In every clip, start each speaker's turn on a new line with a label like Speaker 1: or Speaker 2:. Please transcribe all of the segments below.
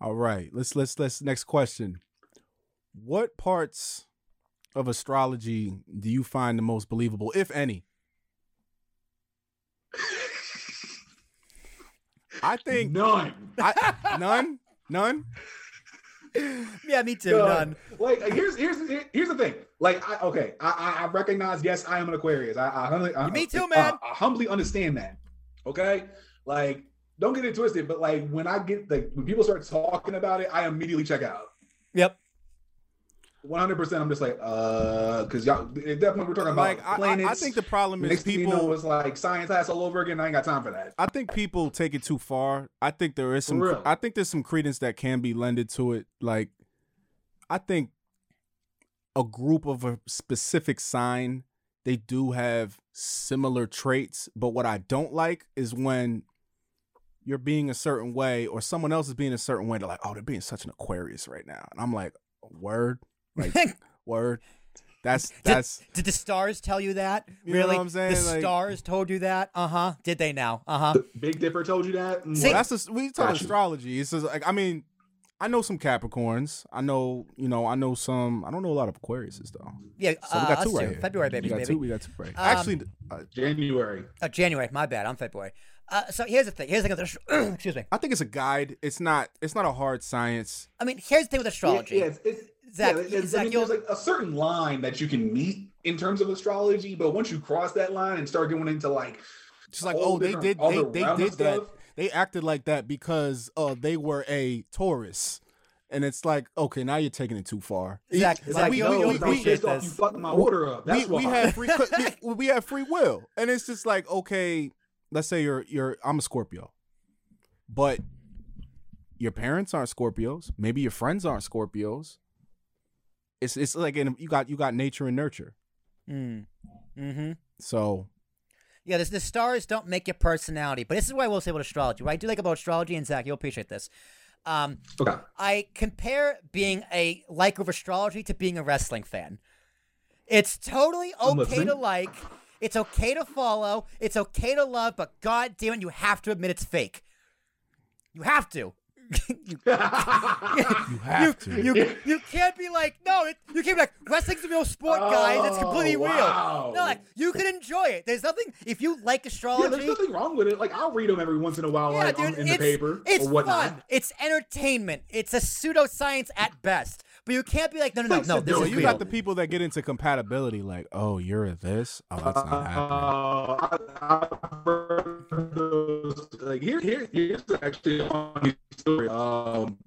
Speaker 1: All right. Let's let's let's next question. What parts of astrology do you find the most believable, if any? I think
Speaker 2: None.
Speaker 1: I, none, none.
Speaker 3: Yeah, me too.
Speaker 2: None.
Speaker 3: None.
Speaker 2: Like here's here's here- here's the thing. Like I, okay, I, I I recognize. Yes, I am an Aquarius. I, I humbly. I,
Speaker 3: Me too,
Speaker 2: I-
Speaker 3: man.
Speaker 2: I, humbly understand that. Okay, like don't get it twisted. But like when I get like when people start talking about it, I immediately check out.
Speaker 3: Yep.
Speaker 2: One hundred percent. I'm just like uh, because y'all at that point we're talking about
Speaker 1: Like I, I, I
Speaker 2: planets.
Speaker 1: think the problem is
Speaker 2: Next thing you
Speaker 1: people.
Speaker 2: know, it's like science class all over again. I ain't got time for that.
Speaker 1: I think people take it too far. I think there is
Speaker 2: For
Speaker 1: some.
Speaker 2: real.
Speaker 1: I think there's some credence that can be lended to it. Like, I think a group of a specific sign they do have similar traits, but what I don't like is when you're being a certain way or someone else is being a certain way. They're like, "Oh, they're being such an Aquarius right now," and I'm like, "Word, like word." That's that's
Speaker 3: Did the stars tell you that?
Speaker 1: You know
Speaker 3: really?
Speaker 1: what I'm saying?
Speaker 3: The
Speaker 1: Like-
Speaker 3: stars told you that? Uh huh. Did they now? Uh huh.
Speaker 2: Big Dipper told you that. Mm,
Speaker 3: See-
Speaker 1: Well,
Speaker 2: well,
Speaker 1: that's just we talk
Speaker 2: Gotcha.
Speaker 1: astrology. It's just like I mean, I know some Capricorns. I know you know I know some. I don't know a lot of Aquariuses though.
Speaker 3: Yeah.
Speaker 1: So we
Speaker 3: uh,
Speaker 1: got
Speaker 3: us
Speaker 1: two right
Speaker 3: too.
Speaker 1: here.
Speaker 3: February, baby,
Speaker 1: We got
Speaker 3: baby. Um,
Speaker 1: two. We got two right. Actually, uh,
Speaker 2: January.
Speaker 3: Uh, January. My bad. I'm February. Uh, so here's the thing. Here's the thing. With ast- excuse me.
Speaker 1: I think it's a guide. It's not. It's not a hard science.
Speaker 3: I mean, here's the thing with astrology.
Speaker 2: Yeah, yeah, it's, it's,
Speaker 3: Zach,
Speaker 2: yeah, it's- it's-
Speaker 3: Zach,
Speaker 2: I mean,
Speaker 3: you'll-
Speaker 2: there's like a certain line that you can meet in terms of astrology, but once you cross that line and start going into like,
Speaker 1: Just like
Speaker 2: All
Speaker 1: oh, they did.
Speaker 2: different
Speaker 1: They
Speaker 2: other
Speaker 1: they
Speaker 2: realm
Speaker 1: did that.
Speaker 2: stuff.
Speaker 1: They acted like that because uh they were a Taurus. And it's like, okay, now you're taking it too far.
Speaker 3: Zach,
Speaker 1: Like,
Speaker 3: Zach,
Speaker 1: we,
Speaker 3: you know
Speaker 1: we,
Speaker 3: you'll
Speaker 1: we,
Speaker 2: I'm
Speaker 1: we,
Speaker 3: appreciate
Speaker 2: pissed off,
Speaker 3: this.
Speaker 2: you fucked my order up. That's
Speaker 1: we, we
Speaker 2: why.
Speaker 1: have free co- we, we have free will and it's just like okay let's say you're you're i'm a scorpio but your parents aren't scorpios maybe your friends aren't scorpios it's it's like in, you got you got nature and nurture
Speaker 3: Mm. hmm
Speaker 1: so
Speaker 3: Yeah, this, the stars don't make your personality, but this is what I will say about astrology. What I do like about astrology, and Zach, you'll appreciate this. Um,
Speaker 2: okay.
Speaker 3: I compare being a like of astrology to being a wrestling fan. It's totally okay
Speaker 2: I'm listening.
Speaker 3: to like. It's okay to follow. It's okay to love, but god damn it, you have to admit it's fake. You have to. you,
Speaker 1: you have to
Speaker 3: you, you can't be like, no, it, you can't be like, wrestling's a real sport, guys. It's
Speaker 2: Oh,
Speaker 3: completely
Speaker 2: wow.
Speaker 3: real. No, like, you can enjoy it. There's nothing, if you like
Speaker 2: yeah,
Speaker 3: astrology,
Speaker 2: Oh, there's nothing wrong with it. Like I'll read them every once in a while, like on- in the paper
Speaker 3: it's
Speaker 2: or whatnot.
Speaker 3: fun. It's entertainment. It's a pseudoscience at best. But you can't be like, no, no, no,
Speaker 2: What's
Speaker 3: no.
Speaker 2: the
Speaker 3: This
Speaker 2: deal?
Speaker 3: is
Speaker 1: you
Speaker 3: real.
Speaker 1: got the people that get into compatibility like oh you're a this oh that's not happening
Speaker 2: Uh, I, I've heard those, like here, here, here's actually a funny story. Um,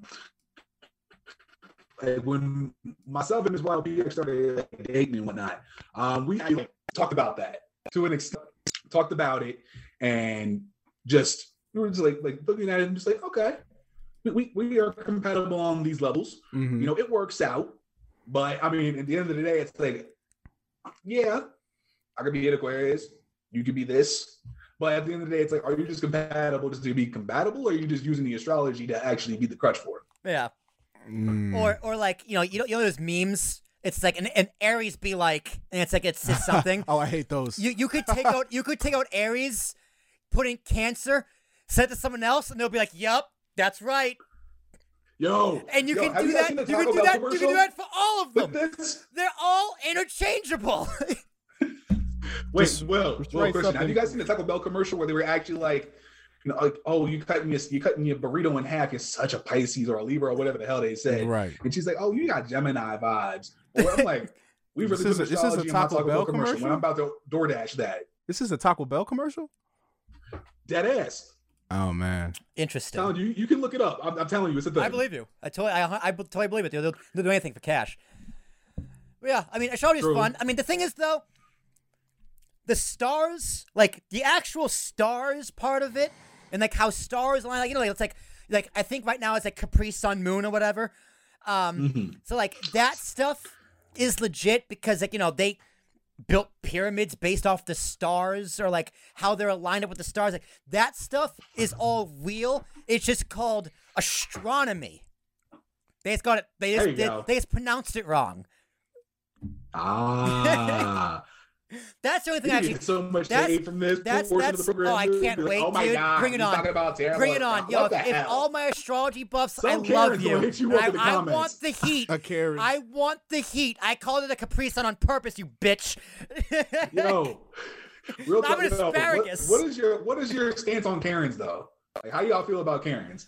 Speaker 2: like, when myself and this wild PX started like, dating and whatnot, um, we actually, like, talked about that to an extent. Talked about it and just we were just like like looking at it and just like okay, we we, we are compatible on these levels
Speaker 1: Mhm.
Speaker 2: you know it works out but i mean at the end of the day it's like yeah i could be an aquarius you could be this but at the end of the day it's like are you just compatible just to be compatible or are you just using the astrology to actually be the crutch for it?
Speaker 3: Yeah.
Speaker 1: Mm.
Speaker 3: Or, or like, you know, you know, you know those memes? It's like an, an Aries be like, and it's like, it's just something.
Speaker 1: oh i hate those
Speaker 3: you, you could take out, you could take out Aries, put in Cancer, send it to someone else, and they'll be like, yup, that's right.
Speaker 2: yo
Speaker 3: And you
Speaker 2: yo,
Speaker 3: can
Speaker 2: have
Speaker 3: do
Speaker 2: guys
Speaker 3: that.
Speaker 2: seen
Speaker 3: You
Speaker 2: the Taco
Speaker 3: can do
Speaker 2: Bell
Speaker 3: that. You can do
Speaker 2: commercial
Speaker 3: that for all of
Speaker 2: with
Speaker 3: them.
Speaker 2: this
Speaker 3: They're all interchangeable.
Speaker 2: wait
Speaker 1: Just-
Speaker 2: well,
Speaker 1: just
Speaker 2: well
Speaker 1: write
Speaker 2: Christian, have
Speaker 1: something.
Speaker 2: you guys seen the taco bell commercial where they were actually like you know, like oh you cutting your you cutting your burrito in half you're such a pisces or a libra or whatever the hell they said
Speaker 1: right
Speaker 2: And she's like, "Oh, you got Gemini vibes." Or I'm like, "We
Speaker 1: This
Speaker 2: really
Speaker 1: is
Speaker 2: this
Speaker 1: a-
Speaker 2: is,
Speaker 1: this is a
Speaker 2: astrology in my
Speaker 1: Taco
Speaker 2: Taco Bell
Speaker 1: Bell
Speaker 2: commercial,
Speaker 1: commercial?
Speaker 2: when I'm about to DoorDash that
Speaker 1: this is a taco bell commercial
Speaker 2: dead ass."
Speaker 1: oh man
Speaker 3: Interesting.
Speaker 2: Telling you, you can look it up. I'm, I'm telling you, it's a thing.
Speaker 3: I believe you. I totally, I, I totally believe it. They'll, they'll do anything for cash. But yeah, I mean, astrology is
Speaker 2: True.
Speaker 3: fun. I mean, the thing is though, the stars, like the actual stars part of it, and like how stars align, like you know, like it's like, like I think right now it's like Capri Sun Moon or whatever. Um, so like that stuff is legit because like you know they built pyramids based off the stars or like how they're aligned up with the stars. Like that stuff is all real. It's just called astronomy. They just got it. They just
Speaker 2: There you
Speaker 3: they,
Speaker 2: go.
Speaker 3: they just pronounced it wrong.
Speaker 2: Ah,
Speaker 3: That's the only thing I
Speaker 2: You
Speaker 3: actually
Speaker 2: get so much
Speaker 3: that's-
Speaker 2: hate from this
Speaker 3: that's-
Speaker 2: portion
Speaker 3: that's-
Speaker 2: of the program.
Speaker 3: oh, I
Speaker 2: dude.
Speaker 3: can't
Speaker 2: Be like,
Speaker 3: wait,
Speaker 2: oh my
Speaker 3: dude.
Speaker 2: God,
Speaker 3: Bring it
Speaker 2: he's
Speaker 3: on.
Speaker 2: Talking about Tamara.
Speaker 3: Bring it on,
Speaker 2: What
Speaker 3: yo!
Speaker 2: the
Speaker 3: If if
Speaker 2: hell?
Speaker 3: all my astrology buffs,
Speaker 2: Some
Speaker 3: I
Speaker 2: Karens
Speaker 3: love
Speaker 2: will
Speaker 3: you.
Speaker 2: hit you
Speaker 3: And
Speaker 2: up in the
Speaker 3: I, I
Speaker 2: comments.
Speaker 3: want the heat.
Speaker 1: A Karen.
Speaker 3: I want the heat. I called it a Capri Sun on purpose, you bitch.
Speaker 2: yo, real
Speaker 3: I'm an
Speaker 2: talk, yo, what-
Speaker 3: asparagus.
Speaker 2: what is your what is your stance on Karens though? Like, how y'all feel about Karens?